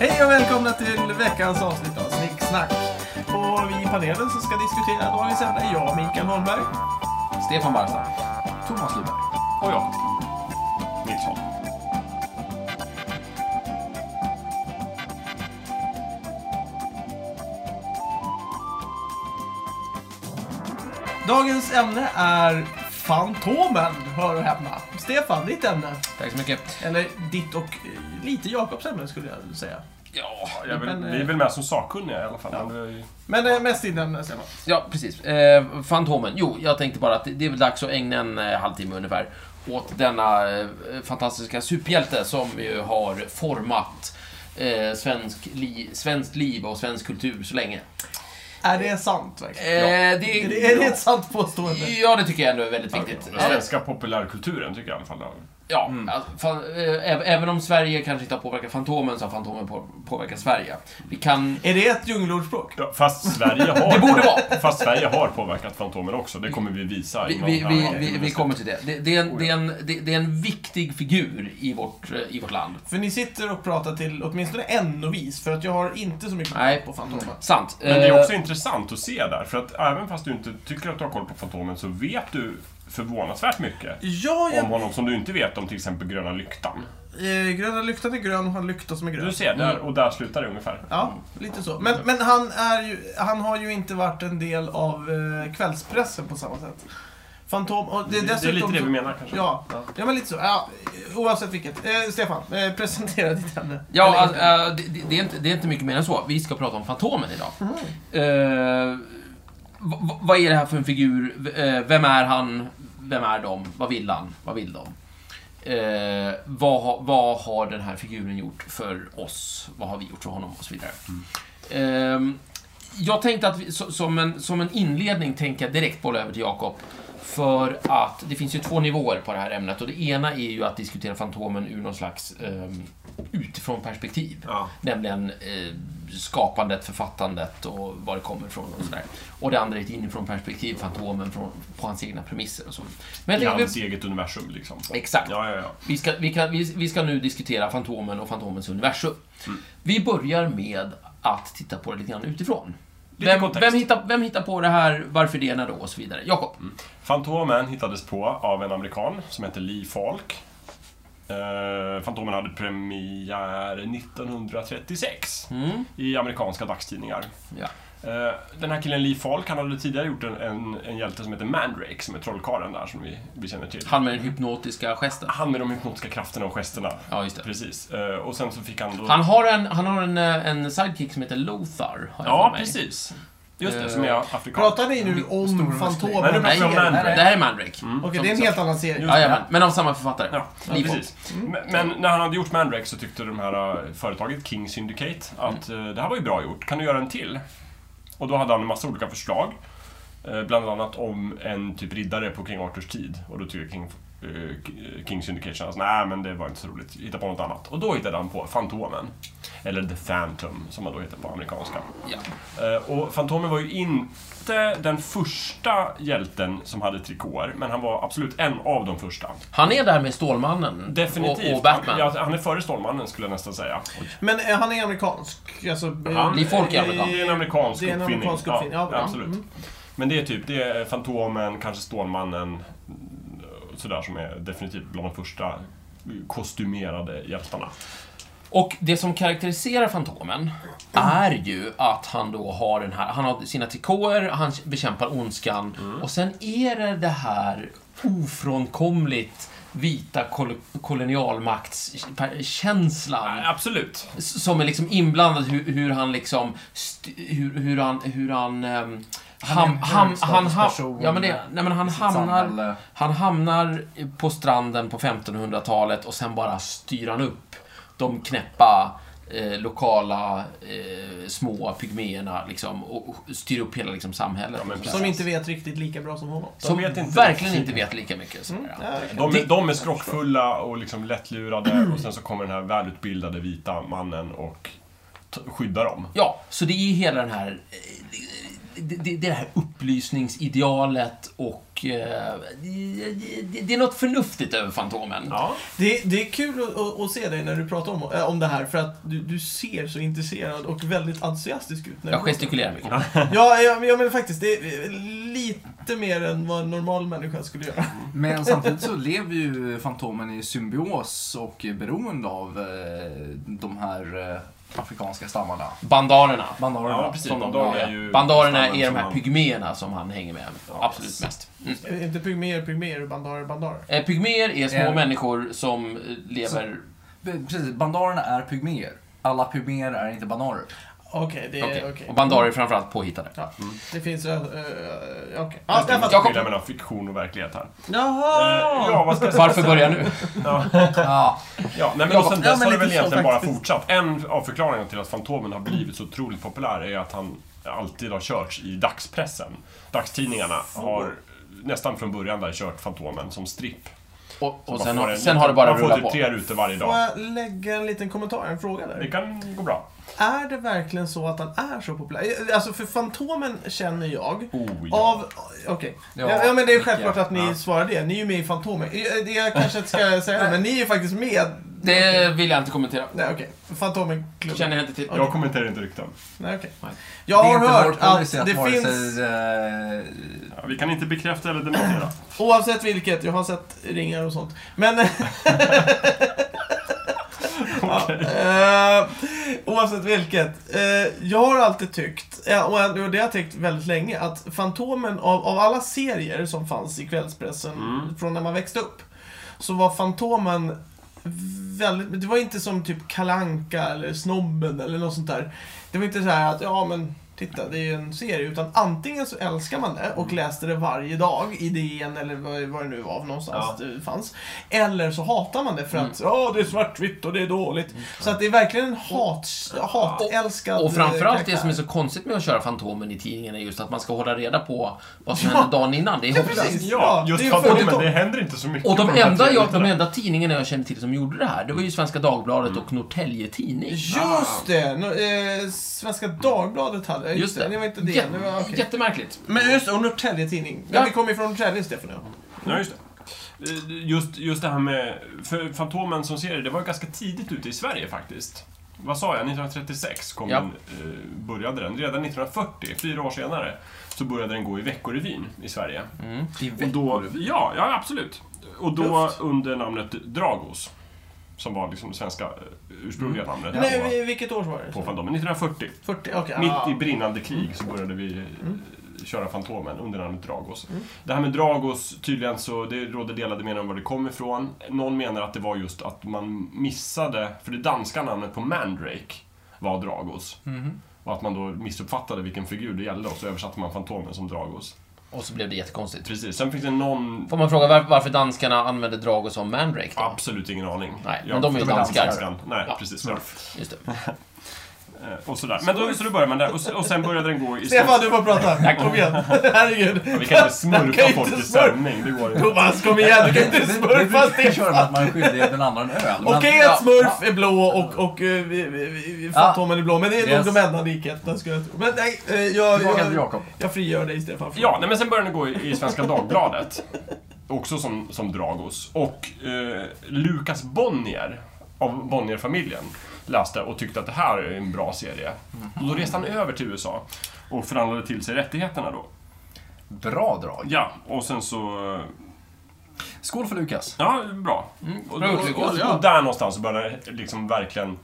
Hej och välkomna till veckans avsnitt av Snicksnack. Och vi i panelen som ska diskutera dagens ämne är jag, Mikael Holmberg. Stefan Barsta. Thomas Lyberg. Och jag. Nilsson. Dagens ämne är Fantomen, hör och häpna. Stefan, ditt ämne. Tack så mycket. Eller ditt och eh, lite Jakobs ämne skulle jag säga. Ja, Jag är väl, Men, eh, vi är väl med som sakkunniga i alla fall. Men vi, Men eh, mest ditt ämne, Stefan. ja precis. Eh, Fantomen. Jo, jag tänkte bara att det är väl dags att ägna en eh, halvtimme ungefär åt denna eh, fantastiska superhjälte som ju har format eh, svensk li, svenskt liv och svensk kultur så länge. Är det sant verkligen? Eh, Är det, är det ett sant påstående? Ja, det tycker jag ändå är väldigt den viktigt. Eh, svenska populärkulturen tycker jag i alla fall. Ja, Mm. alltså, fan, eh, äv- även om Sverige kanske inte har påverkat Fantomen så har Fantomen på, påverkat Sverige. Vi kan... Är det ett djungelordspråk? Ja, Fast Sverige har... Det borde vara. Fast Sverige har påverkat Fantomen också. Det kommer vi visa. Vi, inom vi, här- vi, vi, vi kommer till det. Det, det, är en, det, är en, det, det är en viktig figur i vårt, eh, i vårt land. För ni sitter och pratar till åtminstone en novis, för att jag har inte så mycket koll Nej. på Fantomen. Sant. Men det är också Eh, intressant att se där. För att även fast du inte tycker att du har koll på Fantomen så vet du förvånansvärt mycket. Ja, jag Om honom som du inte vet om till exempel Gröna Lyktan. Eh, gröna lyktan är grön och han lykta som är grön. Du ser, Mm. där och där slutar det ungefär. Ja, lite så. Men, men han, är ju, han har ju inte varit en del av eh, kvällspressen på samma sätt. Fantom... Och det, är Det- det är dessutom lite det vi så- menar, kanske. Ja, Ja. ja men lite så. Ja, oavsett vilket. Eh, Stefan, eh, presentera ditt ämne. Ja, Eller alltså, inte. eh, det, det- det, är inte, det är inte mycket mer än så. Vi ska prata om Fantomen idag. Eh, v- v- vad är det här för en figur? V- eh, vem är han? Vem är de? Vad vill han? Vad vill de? Eh, vad, ha- vad har den här figuren gjort för oss? Vad har vi gjort för honom? Och så vidare. Ehm, jag tänkte att vi, so- som, en, som en inledning tänker jag direkt bolla över till Jakob. För att det finns ju två nivåer på det här ämnet och det ena är ju att diskutera Fantomen ur någon slags ehm, utifrån perspektiv. Ja. Nämligen eh, skapandet, författandet och var det kommer ifrån och sådär. Och det andra är ett inifrån perspektiv, Fantomen från, på hans egna premisser och så. Men I jag hans tänkte, eget universum liksom. exakt. Ja, ja, ja. Vi ska, vi, kan, vi, vi ska nu diskutera Fantomen och Fantomens universum. Mm. Vi börjar med att titta på det lite grann utifrån. Lite Vem, kontext. vem, hittar, vem hittar på det här, varför det, när då och så vidare? Jakob. Mm. Fantomen hittades på av en amerikan som heter Lee Falk. Eh, Fantomen hade premiär 1936 Mm. i amerikanska dagstidningar. Ja. Eh, den här killen Lee Falk, han hade tidigare gjort en, en, en hjälte som heter Mandrake, som är trollkarlen där som vi, vi känner till. Han med den hypnotiska gesten. Han med de hypnotiska krafterna och gesterna. Ja, just det. Precis. Eh, och sen så fick han då... Han har en, han har en, eh, en sidekick som heter Lothar. Har jag ja, för mig. precis. Just Eh, det, som är afrikan. Pratar ni nu om Nej, nu Fantomen? pratar vi serien? om Mandrake. Mm. Nej, det här är Mandrake. Okej, det är en helt annan serie. Just- Jajamän, men av samma författare. Ja, ja Lee Falk. precis. Men, men när han hade gjort Mandrake så tyckte de här eh, företaget King Syndicate att eh, det här var ju bra gjort, kan du göra en till? Och då hade han en massa olika förslag. eh, Bland annat om en typ riddare på King Arthurs tid. Och då tyckte King, eh, K- King Syndicate kändes, nej men det var inte så roligt, hitta på något annat. Och då hittade han på Fantomen. Eller The Phantom, som man då heter på amerikanska. Ja. Eh, Och Fantomen var ju inte den första hjälten som hade trikåer, men han var absolut en av de första. Han är där med Stålmannen. Definitivt. Och, och Batman. Han, ja, han är före Stålmannen skulle jag nästan säga. Men eh, han är amerikansk. Alltså, eh, Han- Lee Falk är amerikan. Det är en amerikansk Det är en uppfinning. amerikansk uppfinning, ja. absolut. Mm. Men det är typ det är Fantomen, kanske Stålmannen, mm, sådär som är definitivt bland de första kostymerade hjältarna. Och det som karaktäriserar Fantomen är ju att han då har den här, han har sina trikåer, han bekämpar ondskan och sen är det det här ofrånkomligt vita kol- kolonialmaktskänslan Absolut. som är liksom inblandad hur, hur han liksom st- hur, hur han hur han ehm, Han är en ham- ham- han ham- högstatusperson ja, men det, nej, men han i sitt hamnar samhälle. han hamnar på stranden på 1500-talet och sen bara styr han upp de knäppa eh, lokala eh, små pygméerna liksom och och styr upp hela liksom samhället. Ja, men Som inte vet riktigt lika bra som honom. Eh, som vet inte- verkligen inte vet lika mycket. sådär. Mm. De, är- de är skrockfulla och liksom lättlurade och sen så kommer den här välutbildade vita mannen och t- skyddar dem. Ja, så det är hela den här eh, det, det, det här upplysningsidealet och... Eh, det, det, det är något förnuftigt över Fantomen. Ja. Det, det är kul att, att, att se dig när du pratar om, äh, om det här för att du, du ser så intresserad och väldigt entusiastisk ut. När Jag du pratar. gestikulerar mycket. Ja, ja, men- ja, men faktiskt. Det är eh, lite mer än vad en normal människa skulle göra. Men samtidigt så lever ju Fantomen i symbios och är beroende av eh, de här eh, afrikanska stammarna. Bandarerna. Bandarerna. Ja, precis. Som de, Bandarerna ja. är ju- Bandarerna är de som här han- pygméerna som han hänger med absolut precis. mest. Mm. Eh, Inte pygméer, pygméer, bandarer, bandarer. Eh, Pygméer är små Eh, människor som eh, lever... Be- eh, Precis, bandarerna är pygméer. Alla pygméer är inte bananer. Okej, det är Okej. eh, okej. Och bandarer är framförallt påhittade. Ja, det finns... Uh, okej. Ja, Det jag är fattar. en skillnad mellan fiktion och verklighet här. Eh, Jaha! Ja, vad ska jag säga? Varför börjar nu? Ja. Ja, Ja, nej, men Jakob. och sen Ja, dess men har lite det väl så egentligen bara faktiskt. fortsatt. En av förklaringarna till att Fantomen har blivit så otroligt populär är att han alltid har körts i dagspressen. Dagstidningarna har nästan från början där kört Fantomen som stripp. Och, och Man sen, får har, en sen liten- har det bara Man får rullat typ på. tre rutor varje Får dag. jag lägga en liten kommentar, en fråga där? Det kan gå bra. Är det verkligen så att han är så populär? Alltså, för Fantomen känner jag Oh, ja. av... Okej. Ja, Ja, ja, men det är mycket. självklart att ni Ja. svarar det. Ni är ju med i Fantomen. Eh, Det jag kanske inte ska säga, men ni är ju faktiskt med. Det vill jag inte kommentera. Nej, okej. Fantomen-klubben. Känner jag inte till. Jag kommenterar inte rykten. Nej, okej. Nej. Jag det är har inte hört vår policy att att det vare finns... sig... eh, Ja, vi kan inte bekräfta eller dementera. Oavsett vilket, jag har sett ringar och sånt. Men... ja, eh, oavsett vilket. Eh, jag har alltid tyckt, eh, och och det har jag tyckt väldigt länge, att Fantomen av, av alla serier som fanns i kvällspressen Mm. från när man växte upp, så var Fantomen väldigt... Det var inte som typ Kalanka eller Snobben eller något sånt där. Det var inte så här att, ja men titta, det är ju en serie. Utan antingen så älskar man det Mm. och läste det varje dag i DN eller vad- vad det nu var någonstans det fanns. Eller så hatar man det för att, Mm. ja det är svartvitt och det är dåligt. Så att det är verkligen en hat, hatälskad Och framförallt det karaktär. som är så konstigt med att köra Fantomen i tidningen är just att man ska hålla reda på vad som hände dagen innan. Det är hopplöst. precis. Ja, Ja, just det är Fantomen, följetong. det händer inte så mycket. Och de på här enda, tre jag, rutorna. de enda tidningarna jag kände till som gjorde det här, det var ju Svenska Dagbladet och Norrtelje Tidning. Mm. Just det! Nå- eh, Svenska Dagbladet hade... Just det, det var inte Jä- DN. Det var, okej. Jättemärkligt. Men just det, och Norrtelje Tidning. Men Ja. vi kommer ju från Norrtälje, Stefan och jag. Ja, just det. Eh, Just, just det här med... För Fantomen som serie, det var ju ganska tidigt ute i Sverige faktiskt. Vad sa jag? 1936 kom Ja. den, eh, började den. Redan 1940, fyra år senare, så började den gå i Veckorevyn i Sverige. Och då, ja, ja, absolut. Och då under namnet Dragos. Som var liksom det svenska eh, ursprungliga namnet Nej, på, vi- vilket år var det? på Fantomen. 1940. 40, okej. Mitt ah. i brinnande krig så började vi eh, köra Fantomen under namnet Dragos. Det här med Dragos, tydligen så det råder delade meningar om var det kom ifrån. Någon menar att det var just att man missade, för det danska namnet på Mandrake var Dragos. Och att man då missuppfattade vilken figur det gällde och så översatte man Fantomen som Dragos. Och så blev det jättekonstigt. Precis, sen finns det någon... Får man fråga var- varför danskarna använde Drago som Mandrake då? Absolut ingen aning. Nej, Jag men de är ju förstår inte danskar. danskan. Nej, Ja. precis. Ja. Just det. Eh, Och sådär. Men då, så då började man där och, s- och sen började den gå i... Stefan, du får prata. Kom igen. Herregud. Vi kan inte Man kan smurfa inte folk i smurfa. sändning, det går inte. Thomas, kom igen. Du kan Det, inte det, det smurfa brukar köra med Stefan. att man är skyldig den andra en öl. men- Okej ja, att smurf är blå och, och eh, vi- vi- vi- Fantomen är blå, men det är Yes. nog de enda likheterna skulle jag tro. Men nej, eh, ja. jag, Tillbaka till jag, Jakob. jag frigör dig Stefan. Ja, nej, men sen började den gå i, i Svenska Dagbladet. Också som, som Dragos. Och eh, Lukas Bonnier, av Bonnier-familjen, läste och tyckte att det här är en bra serie. Och då reste han över till USA och förhandlade till sig rättigheterna då. Bra drag. Ja, och sen så... eh, Skål för Lukas. Ja, bra. Mm. och, bra och, uttryck, och, ja. och där någonstans så började det liksom verkligen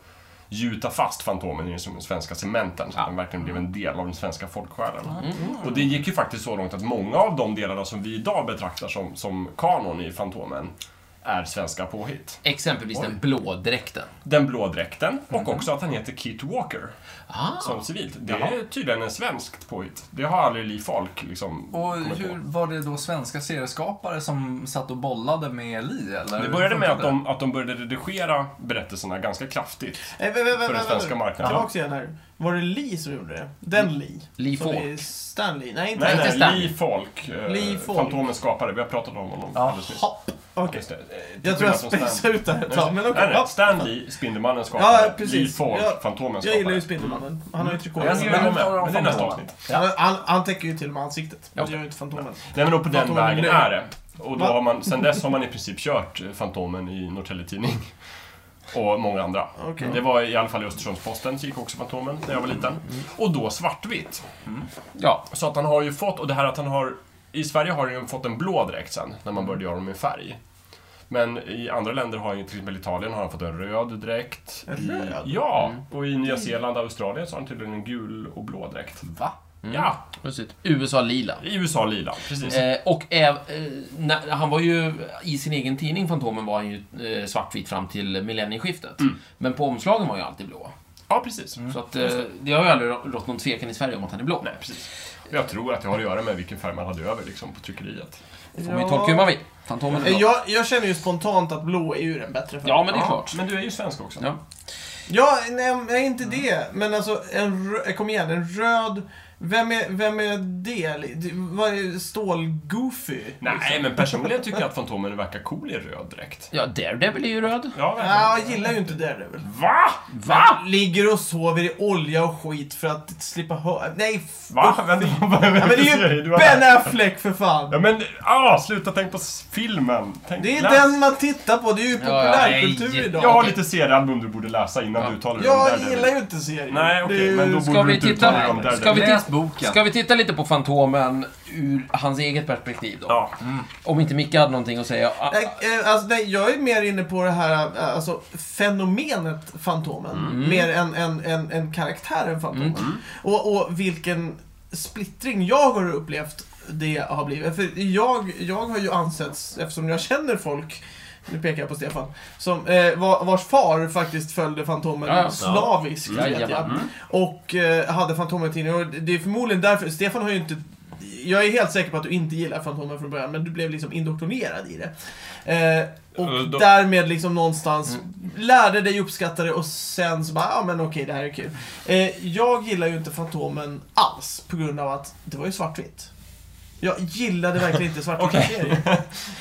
gjuta fast Fantomen i den svenska cementen så att den verkligen blev en del av den svenska folksjälen. Och det gick ju faktiskt så långt att många av de delarna som vi idag betraktar som, som kanon i Fantomen är svenska påhitt. Exempelvis den blå dräkten. Den blå dräkten och också att han heter Kit Walker som civilt. Det är tydligen en svenskt påhitt. Det har aldrig Li Falk liksom Och kommit på. hur var det då svenska serieskapare som satt och bollade med Li? Eller? Det hur började med att funkade de, att de började redigera berättelserna ganska kraftigt. Eh, vä- vä- vä- För den vä- svenska vä- marknaden. Tillbaks igen här. Var det Lee som gjorde det? Den Lee? Lee Som Falk. är Stanley? Nej, inte Nej, inte nej, Stanley. Lee Falk. Eh, Lee Falk. Fantomens skapare. Vi har pratat om honom Ja. alldeles nyss. Hopp. Okej. Just det. Eh, till Jag tror jag skillnad från Stan- spexade ut det här ett Nej, tag, men nej, okej. nej. Ja. Stan Lee, Spindelmannen Ja, skapare. precis. Lee Falk, Ja. Fantomen skapare. Jag gillar ju Spindelmannen. Han har ju trikåer. Jag ska Men- göra med, men det är nästa Fantomen. avsnitt. Han, han, han täcker ju till med ansiktet. Ja. Det gör ju inte Fantomen. Nej men då på den Fantomen vägen blir- är det. Och då Va? har man, sen dess har man i princip kört eh, Fantomen i Norrtelje Tidning. Och många andra. Okej. Det var i alla fall i Östersunds-Posten så gick också Fantomen när jag var liten. Och då svartvitt. Ja, Så att han har ju fått, och det här att han har... I Sverige har han ju fått en blå dräkt sen, när man började göra dem i färg. Men i andra länder har han ju, till exempel Italien, har han fått en röd dräkt. En I- röd? Ja, och i Nya Zeeland och Australien så har han tydligen en gul och blå dräkt. Va? Ja, precis. USA lila. i USA lila. Precis. Eh, och äv, eh, när, han var ju, i sin egen tidning Fantomen var han ju eh, svartvit fram till millennieskiftet. Men på omslagen var han ju alltid blå. Ja, precis. Så att, eh, det har ju aldrig rått någon tvekan i Sverige om att han är blå. Mm. Nej, precis. Och Jag tror att det har att göra med vilken färg man hade över liksom, på tryckeriet. Får man ju tolka hur man vill. Fantomen är blå. Eh, Jag, jag känner ju spontant att blå är ju den bättre färgen. Ja, men det är klart. Men du är ju svensk också. Ja. Ja, nej, nej inte det. Men alltså, en rö- kom igen, en röd... Vem är, vem är det? Det- Vad är stål-goofy? Nej, men personligen tycker jag att Fantomen verkar cool i röd dräkt. Ja, Daredevil är ju röd. Ja, verkligen. Ja, jag gillar ju inte det väl. Va? Va? Ligger och sover i olja och skit för att slippa höra... Nej, f- Va? Vänta, vad är Ja, men det är ju Ben Affleck för fan! Ja men, ah, sluta tänk på s- filmen. Tänk, Det är läs. den man tittar på, det är ju ja, populärkultur nej. idag. Jag har Okej. lite seriealbum du borde läsa innan Ja. du uttalar dig om Jag Daredevil. gillar ju inte serien. Nej, okej, Det är ju- men då Ska borde vi du inte titta- uttala dig om ska Daredevil. vi Läs titta- boken. Ska vi titta lite på Fantomen ur hans eget perspektiv då? Ja. Om inte Micke hade någonting att säga. Ah, Nej, eh, alltså, nej, jag är mer inne på det här eh, alltså, fenomenet Fantomen. Mm. Mm. Mer än, än, än, än karaktären Fantomen. Och, och vilken splittring jag har upplevt det har blivit. För jag, jag har ju ansetts, eftersom jag känner folk nu pekar jag på Stefan. Som, eh, var, vars far faktiskt följde Fantomen Ja, ja. slaviskt. Ja. vet jag. Jajamän. Mm. Och eh, hade Fantomen-tidningar. Och det är förmodligen därför. Stefan har ju inte... Jag är helt säker på att du inte gillar Fantomen från början, men du blev liksom indoktrinerad i det. Eh, och Och då- Mm. därmed liksom någonstans lärde dig uppskatta det och sen så bara, ja men okej det här är kul. Eh, jag gillar ju inte Fantomen alls på grund av att det var ju svartvitt. Jag gillade verkligen inte svartvita Okej. serier. Nej,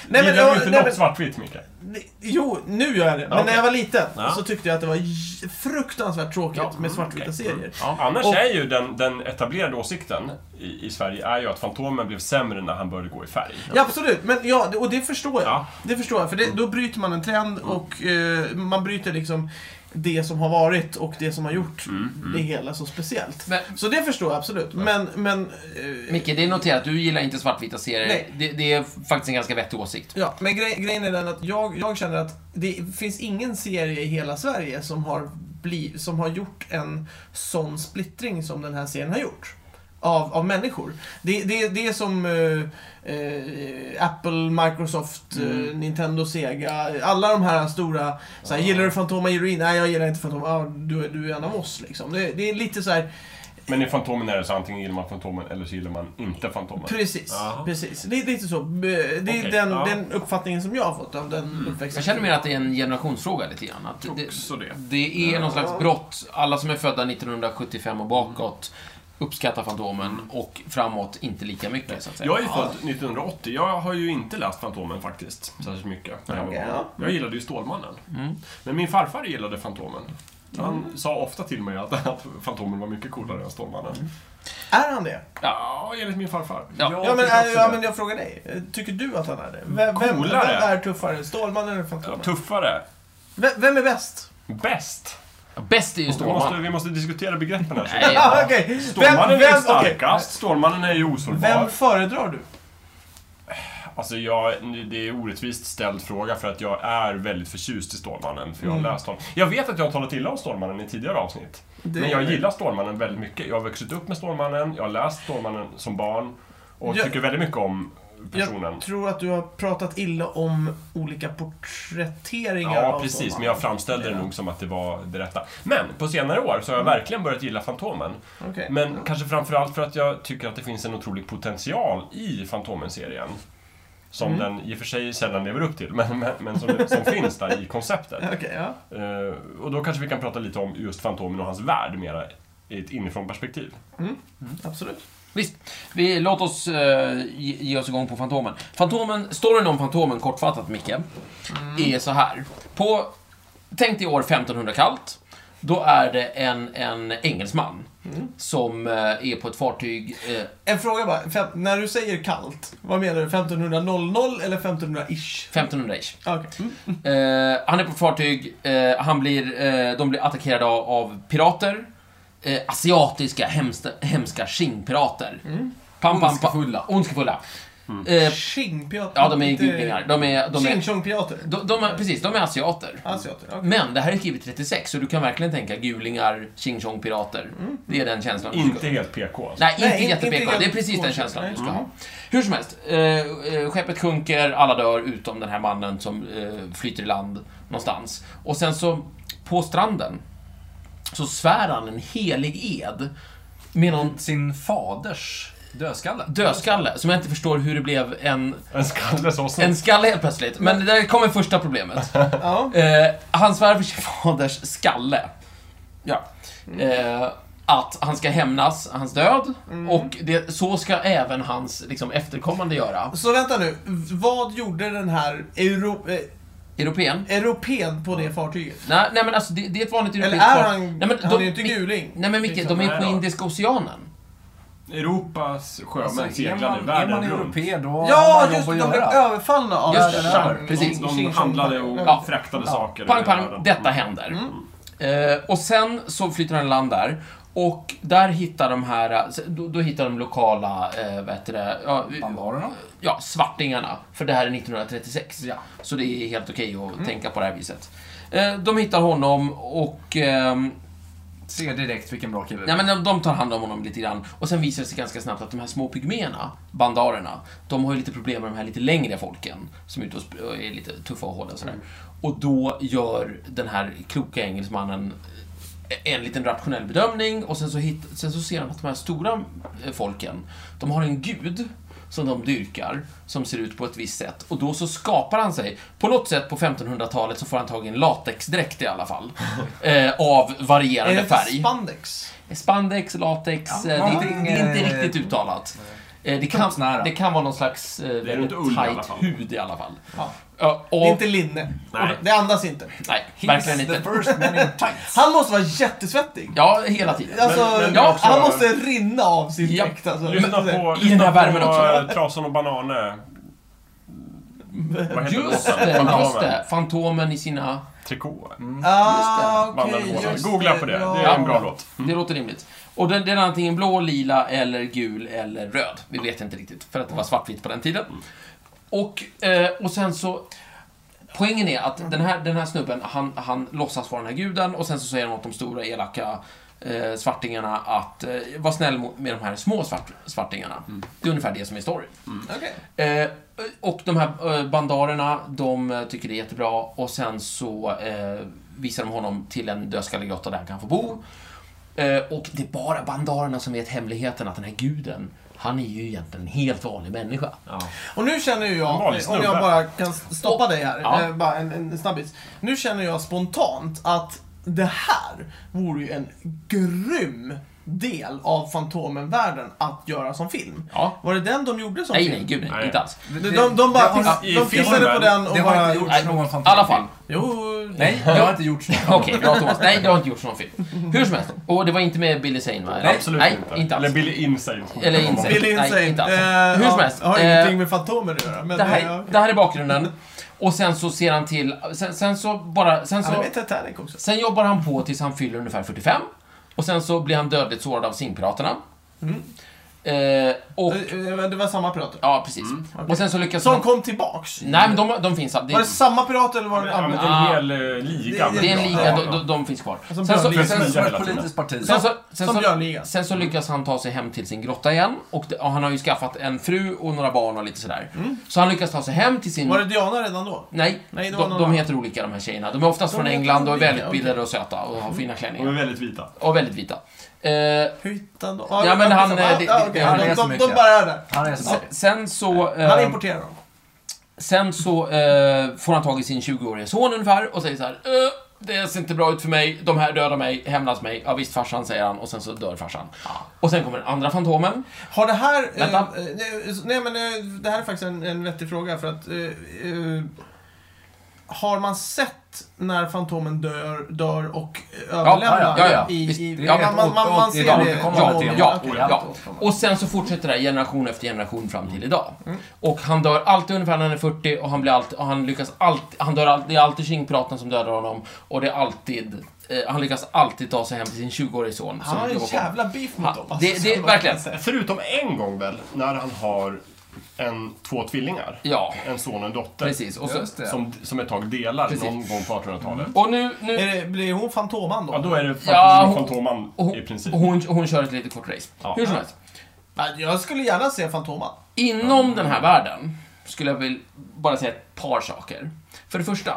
men, gillar jag- du inte nej, något men- svartvitt, Micke? Nej, Jo, nu gör jag det. Men Okej. när jag var liten Ja. så tyckte jag att det var j- fruktansvärt tråkigt Ja, med mm, svartvita okej. serier. Annars Och- är ju den, den etablerade åsikten i, i Sverige är ju att Fantomen blev sämre när han började gå i färg. Ja, absolut, men ja, det- och det förstår jag. Ja. Det förstår jag, för det, då bryter man en trend och eh, man bryter liksom det som har varit och det som har gjort det hela så speciellt. Men- så det förstår jag absolut, men... men eh, Micke, det är noterat. Du gillar inte svartvita serier. Nej. Det, det är faktiskt en ganska vettig åsikt. Ja, men grej, grejen är den att jag, jag känner att det finns ingen serie i hela Sverige som har, bliv, som har gjort en sån splittring som den här serien har gjort. Av, av människor. Det, det, det är som eh, eh, Apple, Microsoft, Mm. eh, Nintendo, Sega. Alla de här stora. Så här, Gillar du Fantomen? Gillar du in? Nej, jag gillar inte Fantomen. Ah, du, är- du är en av oss liksom. Det, det är lite så här. Men i Fantomen är det så antingen gillar man Fantomen eller så gillar man inte Fantomen. Precis. Jaha. precis. Det är lite så. eh, Det är Okej, den, ja. den uppfattningen som jag har fått av den uppväxten. Mm. Jag känner mer att det är en generationsfråga lite grann. Att det, Också det. det är någon slags brott. Alla som är födda 1975 och bakåt uppskattar Fantomen och framåt inte lika mycket, så att säga. Jag är ju född 1980. Jag har ju inte läst Fantomen faktiskt, särskilt mycket. när jag var Okej, barn. ja. Jag gillade ju Stålmannen. Men min farfar gillade Fantomen. Han sa ofta till mig att, att Fantomen var mycket coolare än Stålmannen. Är han det? Ja, enligt min farfar. Ja. Jag Ja men, tycker äh, också ja, det. men jag frågar dig. Eh, Tycker du att han är det? Vem, vem, vem Coolare. är tuffare? Stålman eller Fantomen? Tuffare. Vem, vem är bäst? Bäst. Bäst är ju Vi måste, Stålman. vi måste diskutera begreppen här. Nej. så. Ja. Ah, okej. Stålmannen Vem, är vem, starkast. Stålmannen är ju okej. osårbar. vem föredrar du? Alltså jag, det är en orättvist ställd fråga för att jag är väldigt förtjust i Stålmannen, för jag har Mm. läst honom. Jag vet att jag har talat illa om Stålmannen i tidigare avsnitt. Det- Men jag gillar Stålmannen väldigt mycket. Jag har vuxit upp med Stålmannen, jag har läst Stålmannen som barn och Jag- tycker väldigt mycket om personen. Jag tror att du har pratat illa om olika porträtteringar Ja, av precis. Stålmannen. Men jag framställde det nog som att det var det rätta. Men på senare år så har Mm. jag verkligen börjat gilla Fantomen. Okej. Men kanske framförallt för att jag tycker att det finns en otrolig potential i Fantomen-serien. Mm. Som den i och för sig sällan lever upp till, men, men, men som, som finns där i konceptet. Okej, ja. Eh, och då kanske vi kan prata lite om just Fantomen och hans värld mera i ett inifrån perspektiv. Absolut. Visst, vi, låt oss eh, ge, ge oss igång på Fantomen. Fantomen, storyn om Fantomen, kortfattat Micke, Mm. är så här. På, tänk dig år 1500 kallt. Då är det en, en engelsman Mm. som eh, är på ett fartyg. Eh, En fråga bara. Fem, när du säger kallt, vad menar du? 1500 00 eller 1500-ish? 1500-ish. Okej. Mm. Eh, han är på ett fartyg, eh, han blir, eh, de blir attackerade av, av pirater. Eh, asiatiska hemska, hemska Qing-pirater. Pam, pam, Ondskefulla. Pam, ondskefulla. Eh, Tjingpirater. ja, de är gubbingar. De är, de är, Tjingtjongpirater. de, de är, precis, de är asiater. Asiater. okej. Men det här är skrivet 36, så du kan verkligen tänka gulingar, Qing Chong-pirater. Det är den känslan. Inte helt PK alltså. Nej, inte Nej, inte- jätte-PK. inte Det är precis den jätte- känslan du ska Mm. ha. Hur som helst, eh, eh, skeppet sjunker, alla dör utom den här mannen som eh, flyter i land någonstans. Och sen så, på stranden, så svär han en helig ed med någon Sin faders dödskalle. dödskalle som jag inte förstår hur det blev en, En skalle så Mm. snabbt. en skalle helt plötsligt. Men där kommer första problemet. Ja. Eh, han svär för sin faders skalle. Ja. Eh, att han ska hämnas hans död Mm. och det, så ska även hans liksom, efterkommande göra. Så vänta nu. Vad gjorde den här euro, eh, Europén? europeen på det fartyget? Nej, nej men alltså det, det är ett vanligt Eller europeiskt är par- han... Nej, men han de- är ju inte mi- guling. Nej men Micke, de är på Indiska oceanen. Europas sjömän Alltså, är seglade man, är världen man runt. europé då har Ja, man just jobb det. att De blev göra. överfallna av Just det, den ja, här- precis. De, de Tjing-tjong-pirater. handlade och Ja. fraktade saker. Pang, över pang, världen. Mm. detta händer. Mm. Eh, och sen så flyter han i land där. Och där hittar de här, eh, då, då hittar de lokala, eh, vad heter det, ja, Bandarerna. ja, svartingarna, för det här är 1936. Ja. Så det är helt okej att tänka på det här viset. Eh, De hittar honom och... ehm, Ser direkt vilken bra kille det Nej är. men de- de tar hand om honom lite grann. Och sen visar det sig ganska snabbt att de här små pygméerna, bandarerna, de har ju lite problem med de här lite längre folken. Som är ute och sp- och är lite tuffa och hårda och Mm. sådär. Och då gör den här kloka engelsmannen eh, en liten rationell bedömning och sen så, hitt, sen så ser han att de här stora eh, folken, de har en gud som de dyrkar, som ser ut på ett visst sätt. Och då så skapar han sig, på något sätt på 1500-talet så får han tag i en latexdräkt i alla fall. Eh, av Är det varierande inte färg. spandex? Spandex, latex, Ja, eh, det, är någonting, inte, det är inte eh, riktigt uttalat. Eh, Det kan, Kroppsnära. det kan vara någon slags eh, väldigt inte ull i alla tajt fall. hud i alla fall. Ja. Ja, Det är och, inte linne. Nej. Det andas inte. nej, He's verkligen the inte. first man in tights. Han måste vara jättesvettig. Ja, hela tiden. Alltså, men ja, också- han måste rinna av sin Ja. dräkt. Alltså. Lyssna Men- på, I den här värmen också. också. Trasan och Banane. Vad heter Just låten? det, just Fantomen. det. Fantomen i sina... Trikå. Ah, Vandrade okej, månen. just Googla på Mm. det. ja. Det är en bra låt. Det låter rimligt. Och den, den är antingen blå, lila, eller gul eller röd. Vi vet inte riktigt, för att det var svartvitt på den tiden. Och, eh, och sen så... Poängen är att den här, den här snubben, han, han låtsas vara den här guden och sen så säger han åt de stora elaka eh, svartingarna att eh, var snäll mot- med de här små svart, svartingarna. Det är ungefär det som är storyn. Okej. Eh, och de här eh, bandarerna, de eh, tycker det är jättebra och sen så eh, visar de honom till en dödskallegrotta där han kan få bo. Eh, och det är bara bandarerna som vet hemligheten att den här guden, han är ju egentligen en helt vanlig människa. Och nu känner ju En jag, vanlig om snubbe. jag bara kan stoppa dig här, Ja. eh, bara en, en snabbis. Nu känner jag spontant att det här vore ju en grym del av Fantomen-världen att göra som film. Ja. Var det den de gjorde som Nej, film? nej, gud nej, Nej. inte alls. De, de, de bara Det har- piss, i de pissade filmen. på den och Det har bara... inte gjorts Nej, någon I alla fantastisk fall. Jo, Nej, det har inte gjorts någon. Okej, bra Thomas. Nej, det har inte gjorts någon film. Hur som helst. Och det var inte med Billy Zane va? Nej, Absolut nej, inte. inte alls. Eller Billy Insane. Eller Insane. Billy Nej, Insane. inte alls. Eh, Hur som ja, helst, Har eh, ingenting med Fantomen att göra. Men Det eh, här, det här är bakgrunden. Och sen så ser han till... Sen, sen så bara... Sen Han är så, med i Titanic också. Sen jobbar han på tills han fyller ungefär 45. Och sen så blir han dödligt sårad av Singpiraterna. Mm. Eh, och... Eh, eh, Det var samma pirater. Ja, precis. Och sen så lyckas Mm, Som han... kom tillbaks. Nej, men de, de finns... Det, Var det samma pirat eller var det en Ja, men annan? det är en hel eh, liga. Det- Ah. det är en liga, Ja, de, ja. de, de finns kvar. Som Sen så, Björnligan. sen, Som sen, Precis. ett politiskt parti. så, sen, Som så, Björnligan. sen så lyckas han ta sig hem till sin grotta igen. Och, det, och han har ju skaffat en fru och några barn och lite sådär. Så han lyckas ta sig hem till sin... Mm. Var det Diana redan då? Nej, Nej, det var de, någon de annan. heter olika de här tjejerna. De är oftast De från heter England och är olika, Mm. välutbildade och söta och har fina De är klänningar. väldigt vita. Och väldigt vita. Eh, Hur hittade han då? Ja, men han, eh, det- ja, det- okej. han de, är så de, de mycket. bara är där. Han är så Sen, sen så... Han eh, importerar dem. sen så eh, får han tag i sin 20-årige son ungefär och säger så här. Eh, det ser inte bra ut för mig, de här dödar mig, hämnas mig. Ja visst farsan, säger han och sen så dör farsan. Och sen kommer den andra Fantomen. Har det här... eh, Vänta. eh, nej, nej, men eh, det här är faktiskt en, en vettig fråga för att... eh, eh, har man sett när Fantomen dör, dör och överlämnar? ja, ja, ja. I, Visst, det i, är ja, man, man, man åt- ser åt- det. återkommande någon- tema. Ja, okej. ja. ja. Och sen så fortsätter det här generation efter generation fram till idag. Och han dör alltid ungefär när han är 40 och han blir alltid, och han lyckas alltid, han dör alltid, det är alltid tjingpiraten som dödar honom och det är alltid, eh, han lyckas alltid ta sig hem till sin 20-årige son. Han har jobbar en på. jävla beef mot Ja, dem. alltså. det- det- verkligen. Förutom en gång väl, när han har en, två tvillingar. Ja, En son och en dotter. precis. Och, så, Just det. Som, som ett tag delar Precis. någon gång på 1800-talet. och nu, nu Är det, blir hon Fantoman då? Ja, då är det Fantomen, Ja, hon- Fantoman och hon, i princip. och hon, och hon kör ett litet kort race. Ja. Hur som helst. Ja, Jag skulle gärna se Fantoman. Inom den här världen skulle jag vilja bara säga ett par saker. För det första,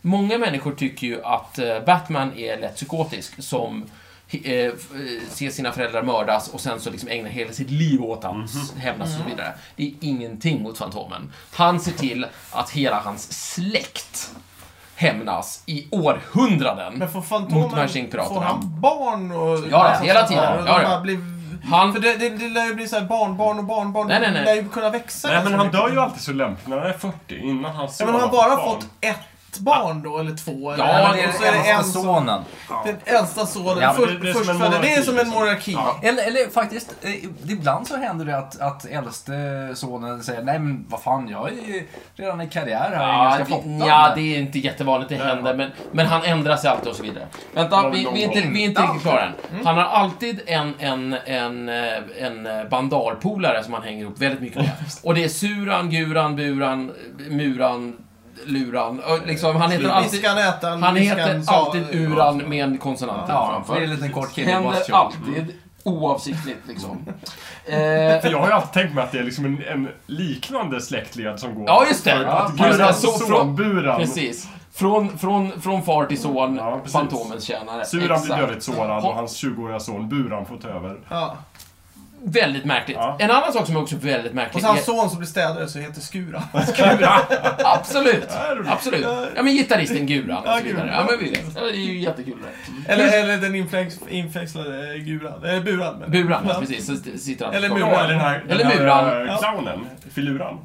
många människor tycker ju att eh, Batman är lätt psykotisk som eh, f- eh, ser sina föräldrar mördas och sen så liksom ägnar hela sitt liv åt att hämnas och så vidare. Det är ingenting mot Fantomen. Han ser till att hela hans släkt hämnas i århundraden. Men får Mot de här Fantomen... Singpiraterna. Får han barn och... Alltså, Ja, hela tiden. de Ja, ja. bara Blir, Han- För det, det, det lär ju bli så här barnbarn och barnbarn. Nej, nej, nej. De lär ju kunna växa. Nej, men ganska han mycket. dör ju alltid så lämpligt när han är 40, innan hans Ja, son men har han har fått bara barn. fått ett barn då, eller två? Eller? Ja, eller, det och är så är det en som... sonen. Den äldsta sonen. Ja, men för, det- det är som en förstfödde. Det är som en monarki, liksom. monarki. Ja. Eller, eller faktiskt, eh, ibland så händer det att, att äldste sonen säger nej men vad fan, jag är ju redan i karriär här. jag är Ja, ganska det, flottad." ja, det är inte jättevanligt det händer, men, men han ändrar sig alltid och så vidare. Vänta, Någon vi, vi, är inte, vi är inte riktigt klara än. Han har alltid en, en, en, eh, en eh, bandarpolare som han hänger upp väldigt mycket med. Och det är Suran, Guran, Buran, Muran, Luran. Och Liksom, han heter alltid, Viskan, ätaren, han heter viskan, sa- alltid Uran med en konsonant Ja, det är en framför. liten kort Det kille i händer bastion. alltid oavsiktligt liksom. Eh, För jag har ju alltid tänkt mig att det är liksom en, en liknande släktled som går. Ja, just det. Ja, Att Buran, Buran, så- från- sonburan. Precis. Från, från, från far till son, Ja, precis. Fantomens tjänare. Suran blir Exakt. dödligt sårad Ha- och hans 20-åriga son Buran får ta över. Ja. Väldigt märkligt. Ja. En annan sak som är också väldigt märklig Och så hans är... son som blir städare så heter Skura. Absolut! det är roligt. Absolut. Ja, men gitarristen Guran och Ja, så vidare. Guran. Ja, men vi vet. Ja, Det är ju jättekul. det. eller, eller den infläx- infläxlade eh, Guran. Eller Buran. men- Buran, Ja. ja, precis. Så s- sitter han Eller på- Muran. Ja, eller den här, Eller den här Muran. eh, clownen. Filuran.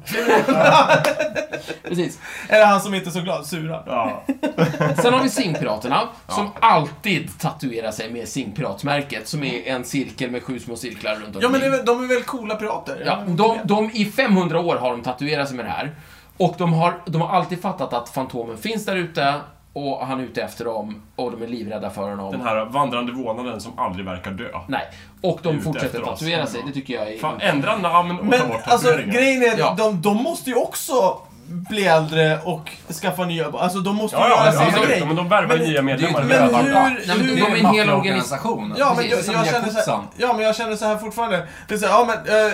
Precis. Eller han som inte är så glad, Suran. Ja. Sen har vi Singpiraterna, som alltid tatuerar sig med Singpiratmärket, som är en cirkel med sju små cirklar runt omkring. Ja, men det, är väl- de är väl coola pirater? Ja, de, de, I 500 år har de tatuerat sig med det här. Och de har, de har alltid fattat att Fantomen finns där ute och han är ute efter dem och de är livrädda för honom. Den här vandrande vånaden som aldrig verkar dö. Nej. Och de Ute fortsätter efter oss. tatuera sig. Det tycker jag är... Fan, ändra namn och ta Men bort alltså, tatueringen. grejen är att Ja. de, de måste ju också bli äldre och skaffa nya barn. Alltså, de måste ju Ja, göra ja, sin absolut. grej. Ja, men de värvar Men- nya Det är ju medlemmar. inte Men bara- hur- Ja, Nej, men hur- de är en hel organisation. organisation. Ja men, Precis, jag, som jag känner så här, Yakuzan. ja, men jag känner så här fortfarande. Det är så här, ja, men,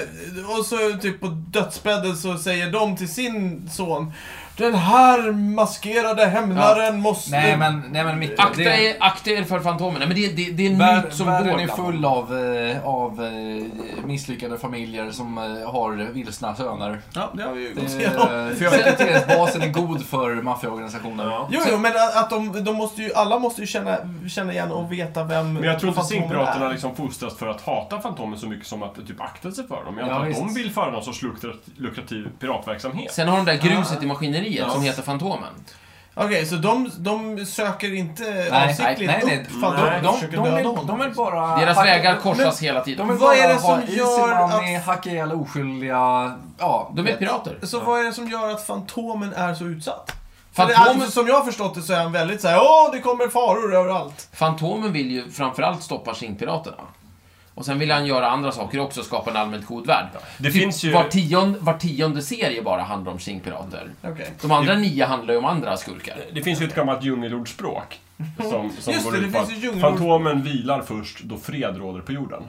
eh, och så typ på dödsbädden så säger de till sin son Den här maskerade hämnaren måste... Nej men, nej men Micke, Akta, det- er, akta er för Fantomen. Nej, men det, det, det är en Vär, myt som går världen är bland full dem. av, eh, av eh, misslyckade familjer som eh, har vilsna söner. Ja, det har vi ju gått igenom. Eh, för jag vet inte, rekryteringsbasen är god för maffiaorganisationer. Ja. Jo, jo, men att att de, de måste ju, alla måste ju känna, känna igen och veta vem Men jag tror inte Fantomen Zinkpiraterna är. liksom fostras för att hata Fantomen så mycket som att typ akta sig för dem. Jag Ja, antar att de visst. vill föra någon sorts lukrat- lukrativ piratverksamhet. Sen har de där gruset i maskineriet som heter Fantomen. Okej, så de, de söker inte nej, avsiktligt nej, nej. upp Fantomen Nej, och De, försöker de, döda vill, honom. de vill bara... Deras hacka- vägar korsas hela De tiden. vill Vad bara är det ha som is gör i Miami, att- hacka ihjäl oskyldiga... Ja, De är pirater. Så vad är det som gör att Fantomen är så utsatt? Fantomen... Fantomen- Alltså, som jag har förstått det så är han väldigt så här, åh, det kommer faror överallt. Fantomen vill ju framförallt stoppa Singpiraterna. Och sen vill han göra andra saker också, skapa en allmänt god värld. Typ Det finns ju- Var tionde, var tionde serie bara handlar om Singpirater. Okej. De andra nio handlar ju om andra skurkar. Det finns ju ett gammalt djungelordspråk som, som Just går det, det ut på finns ju att djungelordspråk. Fantomen vilar först då fred råder på jorden.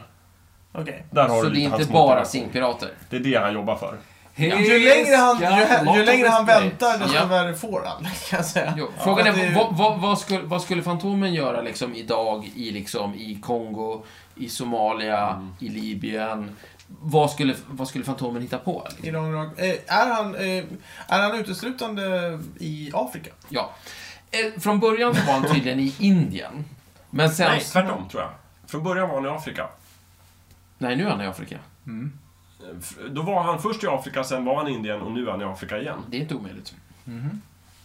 Okej. Där har Så du det är lite inte hans bara motivation. Singpirater. Det är det han jobbar för. Ju längre han, ju, hä- ju längre han väntar, desto Ja. värre får han, kan jag säga. Jo, frågan Ja, är, det ju- vad, vad, vad, skulle, vad skulle Fantomen göra liksom idag i, liksom, i Kongo, i Somalia, i Libyen? Vad skulle, vad skulle Fantomen hitta på? Liksom? Iran, Irak. Eh, är, han, eh, är han uteslutande i Afrika? Ja. Eh, eh, från början så var han tydligen i Indien. Men sen... Nej, tvärtom tror jag. Från början var han i Afrika. Nej, nu är han i Afrika. Eh, f- Då var han först i Afrika, sen var han i Indien och nu är han i Afrika igen. Det är inte omöjligt.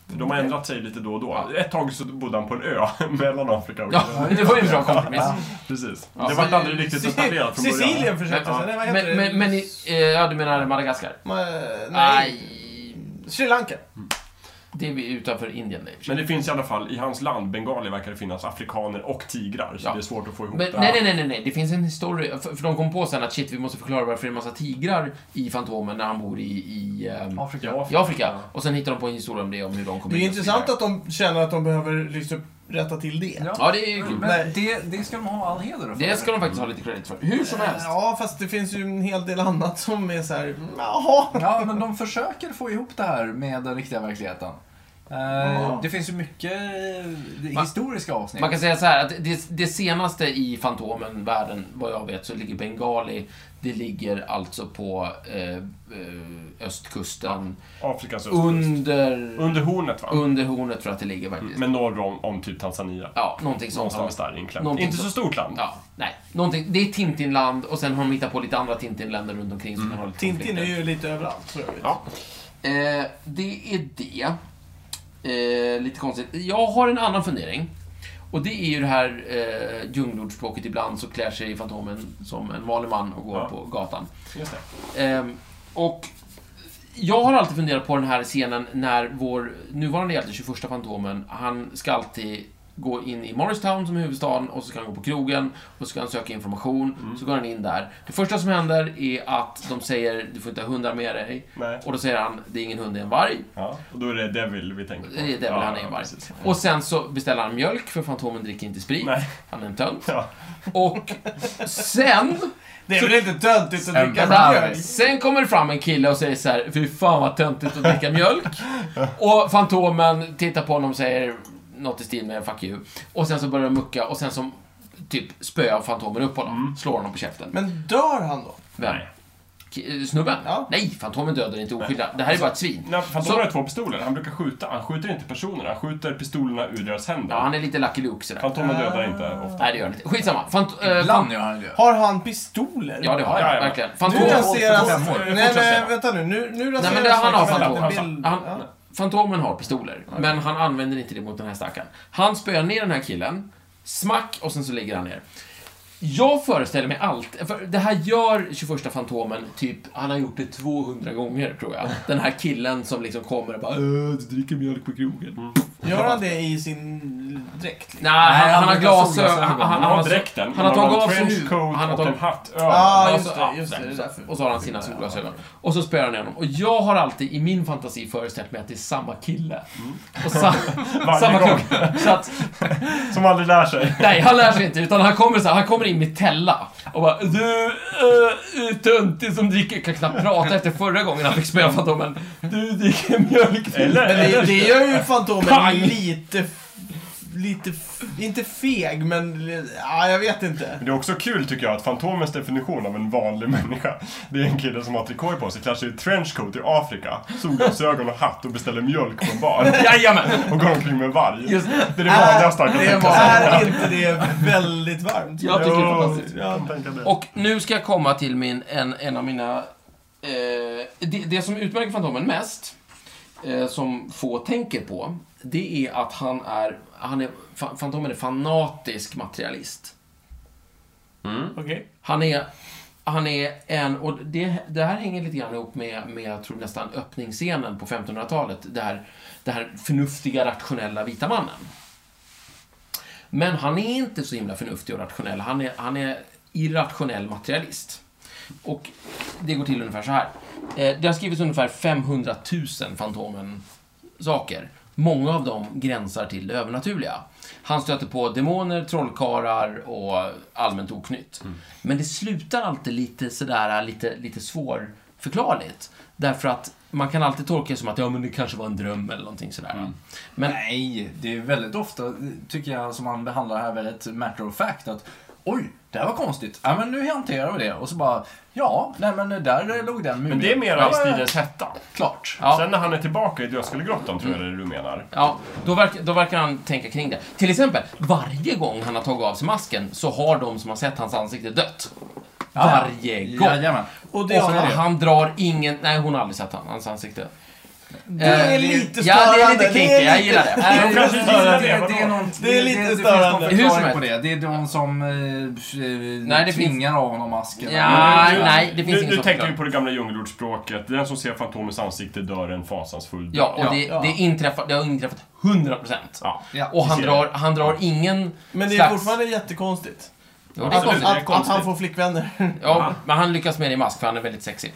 För de har ändrat sig lite då och då. Ett tag så bodde han på en ö mellan Afrika och Ja, Indien. det var ju en bra kompromiss. Precis. Ja. Det typ var aldrig riktigt Sic- etablerat från början. Sicilien försökte Ja. sig. Nej, vad heter Men, det? men, men i, eh, ja, du menar Madagaskar? Ma- Nej. Nej. Sri Lanka. Det är vi utanför Indien. Nej, Men det finns i alla fall, i hans land, Bengali, verkar det finnas afrikaner och tigrar. Så Ja. det är svårt att få ihop Men, det. nej, nej, nej, nej, nej, det finns en historia. För, för de kom på sen att shit, vi måste förklara varför det är en massa tigrar i Fantomen när han bor i, i, ehm, Afrika. Ja. i Afrika. Och sen hittar de på en historia om det, om hur de kom Det är in och intressant så att de känner att de behöver liksom rätta till det. Ja. vidare. Ja, det är ju kul. Men det, det ska de ha all heder för. Det ska de faktiskt ha lite credit för. Hur som helst. Eh, Ja, fast det finns ju en hel del annat som är så här, mm, jaha. Ja, men de försöker få ihop det här med den riktiga verkligheten. Eh, Det finns ju mycket eh, Man- historiska avsnitt. Man kan säga så här att det, det senaste i Fantomen-världen, vad jag vet, så ligger Bengali. Det ligger alltså på eh, eh, östkusten. Afrikas östkust. Under, Under hornet va? under hornet för att det ligger faktiskt. Men norr om, om typ Tanzania. Ja, någonting sånt. Någonstans där inklämt. Någonting Inte så så- stort land. Ja, nej. Någonting, det är Tintinland och sen har de hittat på lite andra Tintinländer runt omkring som kan ha lite Tintin är konflikter. ju lite överallt, så jag vet. Ja. Eh, det är det. Eh, lite konstigt. Jag har en annan fundering. Och det är ju det här eh, djungelordspråket. Ibland så klär sig Fantomen som en vanlig man och går Ja. på gatan. Just det. Ehm, och jag har alltid funderat på den här scenen när vår nuvarande hjälte, 21 Fantomen, han ska alltid gå in i Morristown som är huvudstaden och så ska han gå på krogen och så ska han söka information. Mm. Så går han in där. Det första som händer är att de säger du får inte ha hundar med dig. Nej. Och då säger han det är ingen hund, det är en varg. Ja. Och då är det Devil vi tänker på. Det är Devil, ja, han är en ja, varg. precis. Och sen så beställer han mjölk för Fantomen dricker inte sprit. Nej. Han är en tönt. Ja. Och sen Det är väl inte töntigt att dricka mjölk? Sen kommer det fram en kille och säger så här, fy fan vad töntigt att dricka mjölk. Och Fantomen tittar på honom och säger något i stil med 'fuck you' och sen så börjar de mucka och sen så typ spöar Fantomen upp honom, Mm. slår honom på käften. Men dör han då? Vem? Nej. K- eh, Snubben? Ja. Nej, Fantomen dödar inte oskyldiga. Det här är bara ett svin. Nej, för Så- Fantomen har två pistoler. Han brukar skjuta. Han skjuter inte personerna. Han skjuter pistolerna ur deras händer. Ja, han Ah. är lite Lucky Luke sådär. Fantomen dödar inte ofta. Nej, det gör han inte. Skitsamma. Fant- eh, fan- Ibland gör han ju det. Har han pistoler? ja, det Ja, har jag. ja, ja. Verkligen. Nu Fantomen... raseras... Fem år. Nej, Fortsätt nej, säga. vänta nu. Nu, nu raseras... Nej, men det, han har faktiskt en Fantomen. liten bild. Han, Ja. Fantomen har pistoler, men han använder inte det mot den här stackaren. Han spöar ner den här killen, smack, och sen så ligger han ner. Jag föreställer mig allt, för det här gör 21 Fantomen typ, han har gjort det 200 gånger tror jag. Den här killen som liksom kommer och bara "Äh, du dricker mjölk på krogen. Mm. Gör han det i sin dräkt? Nej, han, han, han har har glasögon. solglasögon. Han, han, Han han har har- dräkten. Han men har tagit av en sig nu. trenchcoat Han har och en tagit hatt. Ja, Ja. alltså, ah, just det. Just det, det är därför. Och så har han sina solglasögon. Och så spöar han honom. Och jag har alltid i min fantasi föreställt mig att det är samma kille. Och sa, Varje samma gång. klocka. Så att, Som aldrig lär sig. nej, han lär sig inte. Utan han kommer, så här, han kommer in med tälla. Och bara Du äh, töntig som dricker... Kan knappt prata efter förra gången han fick spöa Fantomen. Du dricker mjölk. Eller? Men det, eller det gör ju Fantomen Pang! lite... f- Lite... f- Inte feg, men... Ja, jag vet inte. Men det är också kul tycker jag att Fantomens definition av en vanlig människa, det är en kille som har trikåer på sig, klär sig i trenchcoat i Afrika, solglasögon och hatt och beställer mjölk på en bar. Jajamän! Och går omkring med en varg. Just det. Det är det vanligaste han kan Det tänka sig. är inte det väldigt varmt? Jag tycker det är Jo, fantastiskt. jag kan tänka det. Och nu ska jag komma till min, en, en av mina... Eh, det, det som utmärker Fantomen mest, eh, som få tänker på, det är att han är... Han är Fa- Fantomen är fanatisk materialist. Okej. Han är... Han är en, och det, det här hänger lite grann ihop med, med jag tror nästan öppningsscenen på 1500-talet. Det här, det här förnuftiga, rationella vita mannen. Men han är inte så himla förnuftig och rationell. Han är, han är irrationell materialist. Och det går till ungefär så här. Eh, Det har skrivits ungefär 500 000 Fantomen-saker. Många av dem gränsar till det övernaturliga. Han stöter på demoner, trollkarlar och allmänt oknytt. Men det slutar alltid lite sådär, lite, lite svårförklarligt. Därför att man kan alltid tolka det som att ja, men det kanske var en dröm eller någonting sådär. Men Nej, det är väldigt ofta, eh, tycker jag, som man behandlar det här väldigt matter of fact. Att oj, det här var konstigt. Ja, men nu hanterar vi det. Och så bara, ja, nej men där låg den mumien. Men det är mer Ja, i stridens hetta. Klart. Ja. Sen när han är tillbaka i Dödskallegrottan tror jag Mm. det är det du menar. Ja, då verkar, då verkar han tänka kring det. Till exempel, varje gång han har tagit av sig masken så har de som har sett hans ansikte dött. Ja. Varje gång. Jajamän. Och det Och är, han, han drar ingen... Nej, hon har aldrig sett han, hans ansikte. Eh, det är lite Ja, det är lite störande. kinky. Det är Jag lite- gillar det. Nej, De kanske det- gillar det- det, det- vadå? det är någon- Det är lite det- det finns störande. någon Hur som förklaring på helst. det. Det är de som eh, Nej, det tvingar finns- av honom masken. Ja, Nu- nej, det finns nu, ingen Nu sån tänker vi förklaring. på det gamla djungelordspråket. Den som ser Fantomens ansikte dör en fasansfull död. Ja, och det, Ja. det, inträffar, det har inträffat 100%. Ja. Ja. Och han ser drar, han drar ingen men det är slags- fortfarande jättekonstigt. Jo, det är Att, Absolut, konstigt. det är att, att konstigt. han får flickvänner. Ja, men han lyckas med det i mask för han är väldigt sexig.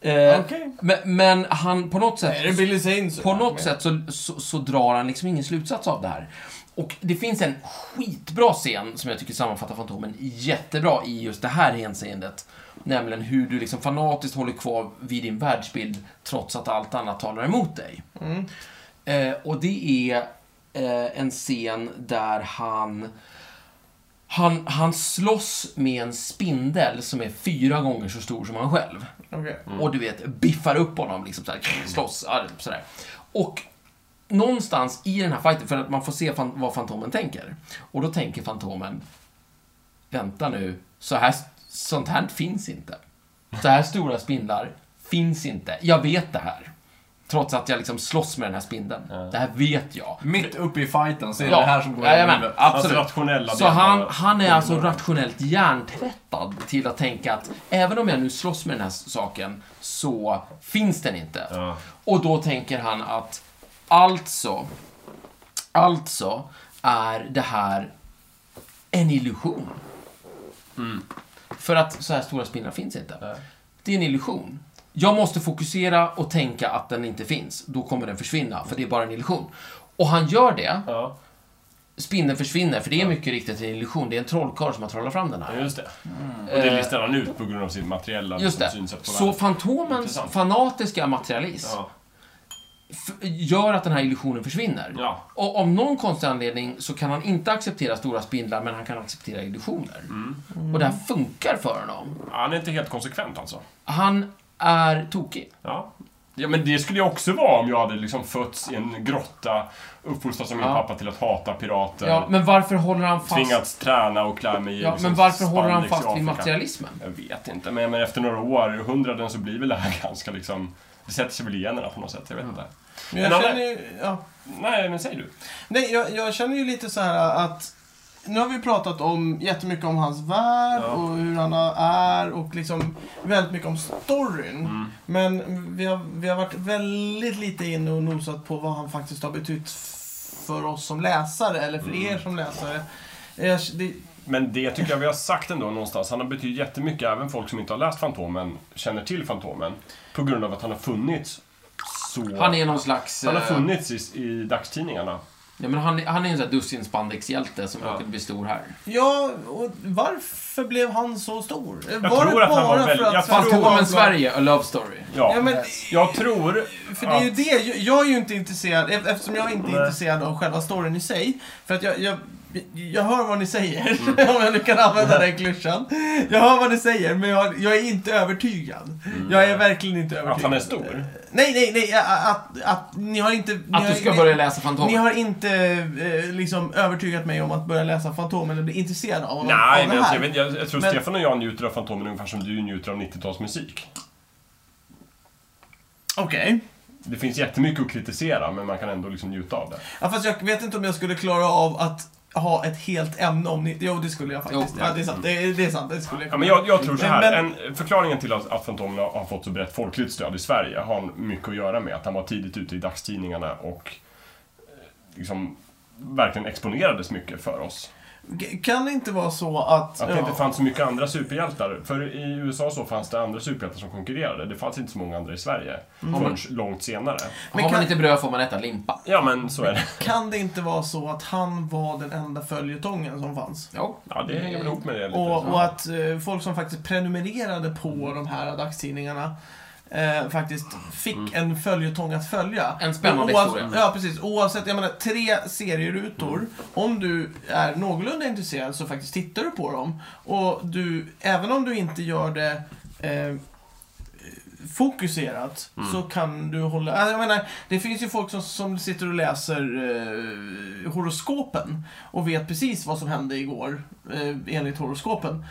Eh, Okej. men, men han på något sätt... är det Billy Zane som- På något sätt så, så, så drar han liksom ingen slutsats av det här. Och det finns en skitbra scen som jag tycker sammanfattar Fantomen jättebra i just det här hänseendet. Nämligen hur du liksom fanatiskt håller kvar vid din världsbild trots att allt annat talar emot dig. Eh, och det är eh, en scen där han, han han slåss med en spindel som är fyra gånger så stor som han själv. Okej. Och du vet, biffar upp honom, liksom såhär, slåss, arm, sådär. Och någonstans i den här fighten, för att man får se fan, vad Fantomen tänker. Och då tänker Fantomen, vänta nu, så här, sånt här finns inte. Så här stora spindlar finns inte. Jag vet det här. Trots att jag liksom slåss med den här spindeln. Det här vet jag. Mitt uppe i fighten så är Ja, det här som går jajamän, i huvudet. absolut. Alltså rationella så delar. han, han är alltså rationellt hjärntvättad till att tänka att även om jag nu slåss med den här saken så finns den inte. Ja. Och då tänker han att alltså, alltså är det här en illusion. Mm. För att så här stora spindlar finns inte. Det är en illusion. Jag måste fokusera och tänka att den inte finns. Då kommer den försvinna, för det är bara en illusion. Och han gör det Ja, spindeln försvinner, för det är mycket riktigt en illusion. Det är en trollkarl som har trollat fram den här. just det. Och det listar han ut på grund av sitt materiella Eh. Just liksom, det. synsätt på Så världen. Fantomens Intressant. fanatiska materialism Ja. f- gör att den här illusionen försvinner. Ja. Och av någon konstig anledning så kan han inte acceptera stora spindlar, men han kan acceptera illusioner. Mm. Och det här funkar för honom. Han är inte helt konsekvent alltså. Han är tokig. Ja. ja, men det skulle jag också vara om jag hade liksom fötts i en grotta, uppfostrats av min Ja. pappa till att hata pirater, Ja, men varför håller han fast... tvingats träna och klä mig i Ja, liksom, men varför håller han spandex i fast vid Afrika. materialismen? Jag vet inte, men, men efter några århundraden så blir väl det här ganska liksom... Det sätter sig väl i generna på något sätt, Mm. jag vet inte. Men jag Men alla- känner ju... Ja. Nej, men säg du. Nej, jag, jag känner ju lite så här att... Nu har vi pratat om jättemycket om hans värld Ja. och hur han är och liksom väldigt mycket om storyn. Mm. Men vi har, vi har varit väldigt lite inne och nosat på vad han faktiskt har betytt för oss som läsare, eller Mm. för er som läsare. Jag, det, Men det tycker jag vi har sagt ändå någonstans. Han har betytt jättemycket, även folk som inte har läst Fantomen känner till Fantomen. På grund av att han har funnits så... Han är någon slags... han har eh, funnits i, i dagstidningarna. Ja, men han, han är en sån här dussin spandexhjälte som Ja. råkade bli stor här. ja, och varför blev han så stor? Jag tror att han var väldigt- jag tror- Fantomen Sverige, A Love Story. Ja, Ja, men, jag tror... För det är ju det, jag- jag är ju inte intresserad, ef- eftersom jag inte är Nej. intresserad av själva storyn i sig. För att jag, jag, jag hör vad ni säger, om jag nu kan använda den klyschan. Jag hör vad ni säger, men jag, jag är inte övertygad. Jag är verkligen inte Mm. Att, övertygad. att han är stor. Nej, nej, nej, att, att, att ni har inte... ni Att har, du ska ni, börja läsa Ni Fantomen. har inte eh, liksom övertygat mig om att börja läsa Fantomen eller bli intresserad av, Nej, av men det jag, här. jag, vet- jag, jag tror Men- Stefan och jag njuter av Fantomen ungefär som du njuter av 90-talsmusik. Okej. Det finns jättemycket att kritisera, men man kan ändå liksom njuta av det. Ja, fast jag vet inte om jag skulle klara av att ha ett helt ämne om ni... Jo, det skulle jag faktiskt. Jo. ja, det är sant. Det är, det är sant. Det skulle jag Ja, men jag, jag tror så här, Men- en, förklaringen till att, att Fantomen har har fått så brett folkligt stöd i Sverige har mycket att göra med att han var tidigt ute i dagstidningarna och eh, liksom verkligen exponerades mycket för oss. K- Kan det inte vara så att... Att det ja, inte fanns så mycket andra superhjältar. För i USA så fanns det andra superhjältar som konkurrerade. Det fanns inte så många andra i Sverige Mm. förrän långt senare. Men har man kan- inte bröd får man äta limpa. Ja, men så är det. Kan det inte vara så att han var den enda följetongen som fanns? Jo. Ja, det hänger väl ihop med det lite. Och, och att eh, folk som faktiskt prenumererade på de här dagstidningarna eh, faktiskt fick en följetong att följa. Mm. En spännande Oav- historia. Ja, precis. Oavsett, jag menar, tre serierutor. Om du är någorlunda intresserad så faktiskt tittar du på dem. Och du, även om du inte gör det eh, fokuserat så kan du hålla... Äh, Jag menar, det finns ju folk som, som sitter och läser eh, horoskopen och vet precis vad som hände igår eh, enligt horoskopen.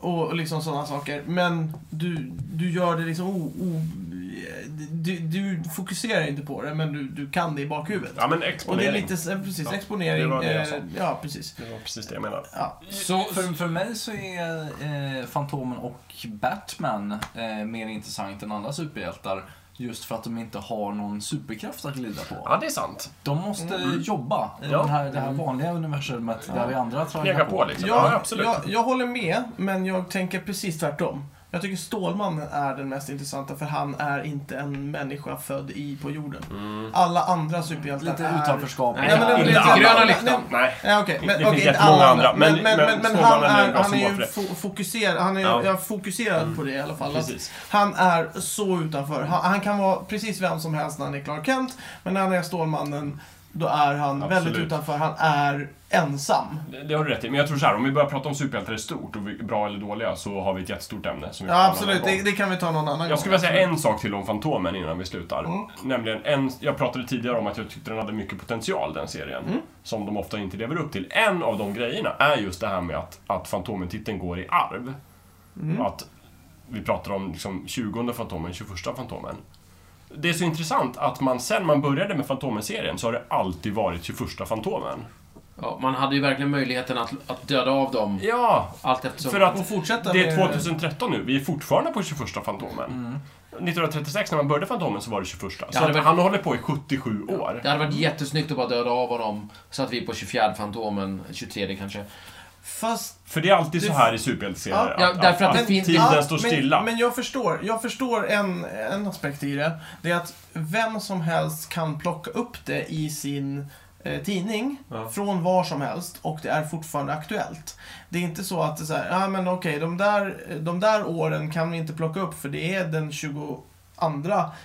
Och, och liksom sådana saker. Men du, du gör det liksom o, o, du, du fokuserar inte på det, men du, du kan det i bakhuvudet. Ja, men och det är exponering. lite så- precis, Ja, exponering. det var det jag sa. eh, ja, precis. Det var precis det jag menade. Ja. Så, För, för mig så är eh, Fantomen och Batman eh, mer intressant än andra superhjältar. Just för att de inte har någon superkraft att glida på. Ja, det är sant. De måste jobba i Ja. den här, det här vanliga universumet där vi andra Peka tragglar på liksom. Ja, Jag, absolut. jag, jag håller med, men jag tänker precis tvärtom. Jag tycker Stålmannen är den mest intressanta för han är inte en människa född i på jorden. Mm. Alla andra superhjältar Lite är... utanförskap. Nej, Nej, men inte det- alla. gröna lyktan. Nej. Ja, okej. Men, Det finns okej, inte jättemånga alla andra, men- Men, men, men, men, men han Stålmannen är är, en bra han är ju småfrätt. fo- fokuserad. Han är, Ja. Mm. Jag är fokuserad på det i alla fall. Att Precis. Han är så utanför. Han, han kan vara precis vem som helst när han är Clark Kent, men när han är Stålmannen då är han Absolut. väldigt utanför. Han är ensam. Det det har du rätt i. Men jag tror så här, om vi börjar prata om superhjältar i stort och vi- bra eller dåliga så har vi ett jättestort ämne. Som vi får Ja, ta en absolut. annan gång. Det, det kan vi ta någon annan gång. Jag skulle vilja säga en sak till om Fantomen innan vi slutar. Mm. Nämligen, en, jag pratade tidigare om att jag tyckte den hade mycket potential, den serien. Mm. Som de ofta inte lever upp till. En av de grejerna är just det här med att, att Fantomen-titeln går i arv. Mm. Att vi pratar om liksom 20 Fantomen, 21 Fantomen. Det är så intressant att man sen man började med Fantomen-serien så har det alltid varit 21 Fantomen. ja, man hade ju verkligen möjligheten att, att döda av dem Ja, allt eftersom. för att Och fortsätta det är med- 2013 nu, vi är fortfarande på 21 Fantomen. Mm. 1936 när man började Fantomen så var det 21. Så det att var- han håller på i 77 år. Det hade varit jättesnyggt att bara döda av honom så att vi är på 24 Fantomen, 23 kanske. Fast För det är alltid så Det- här i superhjälteserier. Ja, ja, därför att det finns- tiden ja, står men, stilla. Men jag förstår, jag förstår en, en aspekt i det. Det är att vem som helst kan plocka upp det i sin eh, tidning Ja. från var som helst och det är fortfarande aktuellt. Det är inte så att det är så här, ja ah, men okej, de, där, de där åren kan vi inte plocka upp för det är den 22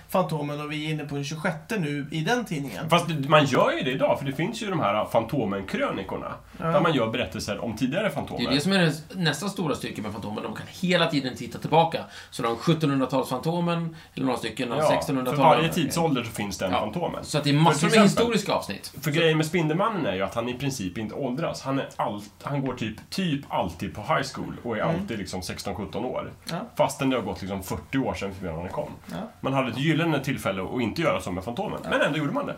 Fantomen och vi är inne på den 26 nu i den tidningen. Fast det- man gör ju det idag, för det finns ju de här Fantomen-krönikorna. Där man gör berättelser om tidigare Det Fantomer. är det som är det nästa stora styrka med Fantomen. De kan hela tiden titta tillbaka. Så de 1700-talsfantomen, eller några stycken av ja, för 1600-talet. varje tidsålder så finns den Ja. Fantomen. Så att det är För massor till med exempel- historiska avsnitt. För grejen med Spindelmannen är ju att han i princip inte åldras. Han, är all, han går typ, typ alltid på high school och är alltid liksom 16-17 år. Mm. Ja. Fastän det har gått liksom 40 år sedan Spindelmannen kom. Ja. Man hade ett gyllene tillfälle att inte göra så med Fantomen. Men ändå gjorde man det.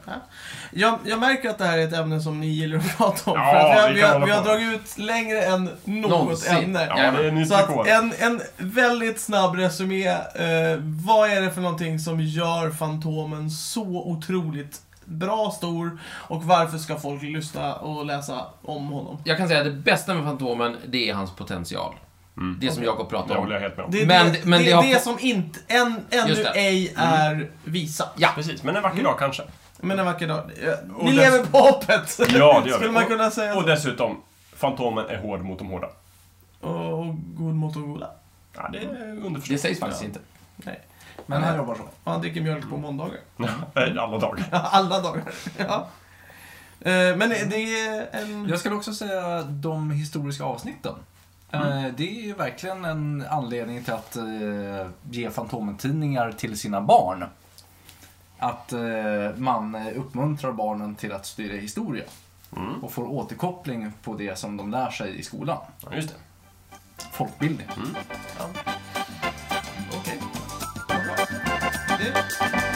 Jag, jag märker att det här är ett ämne som ni gillar att prata om. Ja, för att vi, har, vi vi, kan har, hålla vi har på. dragit ut längre än något Någonsin. ämne. Ja, Jajamän. det är en ny Så att rekord. en, en väldigt snabb resumé. Eh, vad är det för någonting som gör Fantomen så otroligt bra stor och varför ska folk lyssna och läsa om honom? Jag kan säga att det bästa med Fantomen, det är hans potential. Det som Jakob Det pratar håller Mm. om. jag helt med om. Det är Men- det, men det, det är har- det som inte, än, Just ännu det. Mm. ej är visat. Ja. Precis, men en vacker Mm. dag kanske. Men en vacker dag. eh, Och Ni dess- lever på hoppet! Ja, det gör Skulle vi. man kunna säga Och så. dessutom, Fantomen är hård mot de hårda. Och, och god mot de goda. Ja, det är Mm. underförstått. Det sägs faktiskt inte. Nej. Men han jobbar så. Och han dricker mjölk på måndagar. Alla dagar. Alla dagar. Ja. Eh, Men det är en... Jag skulle också säga de historiska avsnitten. Eh, Det är ju verkligen en anledning till att eh, ge Fantomen-tidningar till sina barn. Att eh, man eh, uppmuntrar barnen till att studera historia Mm. och får återkoppling på det som de lär sig i skolan. Ja, just det. Folkbildning. Okej. Vad bra. Det-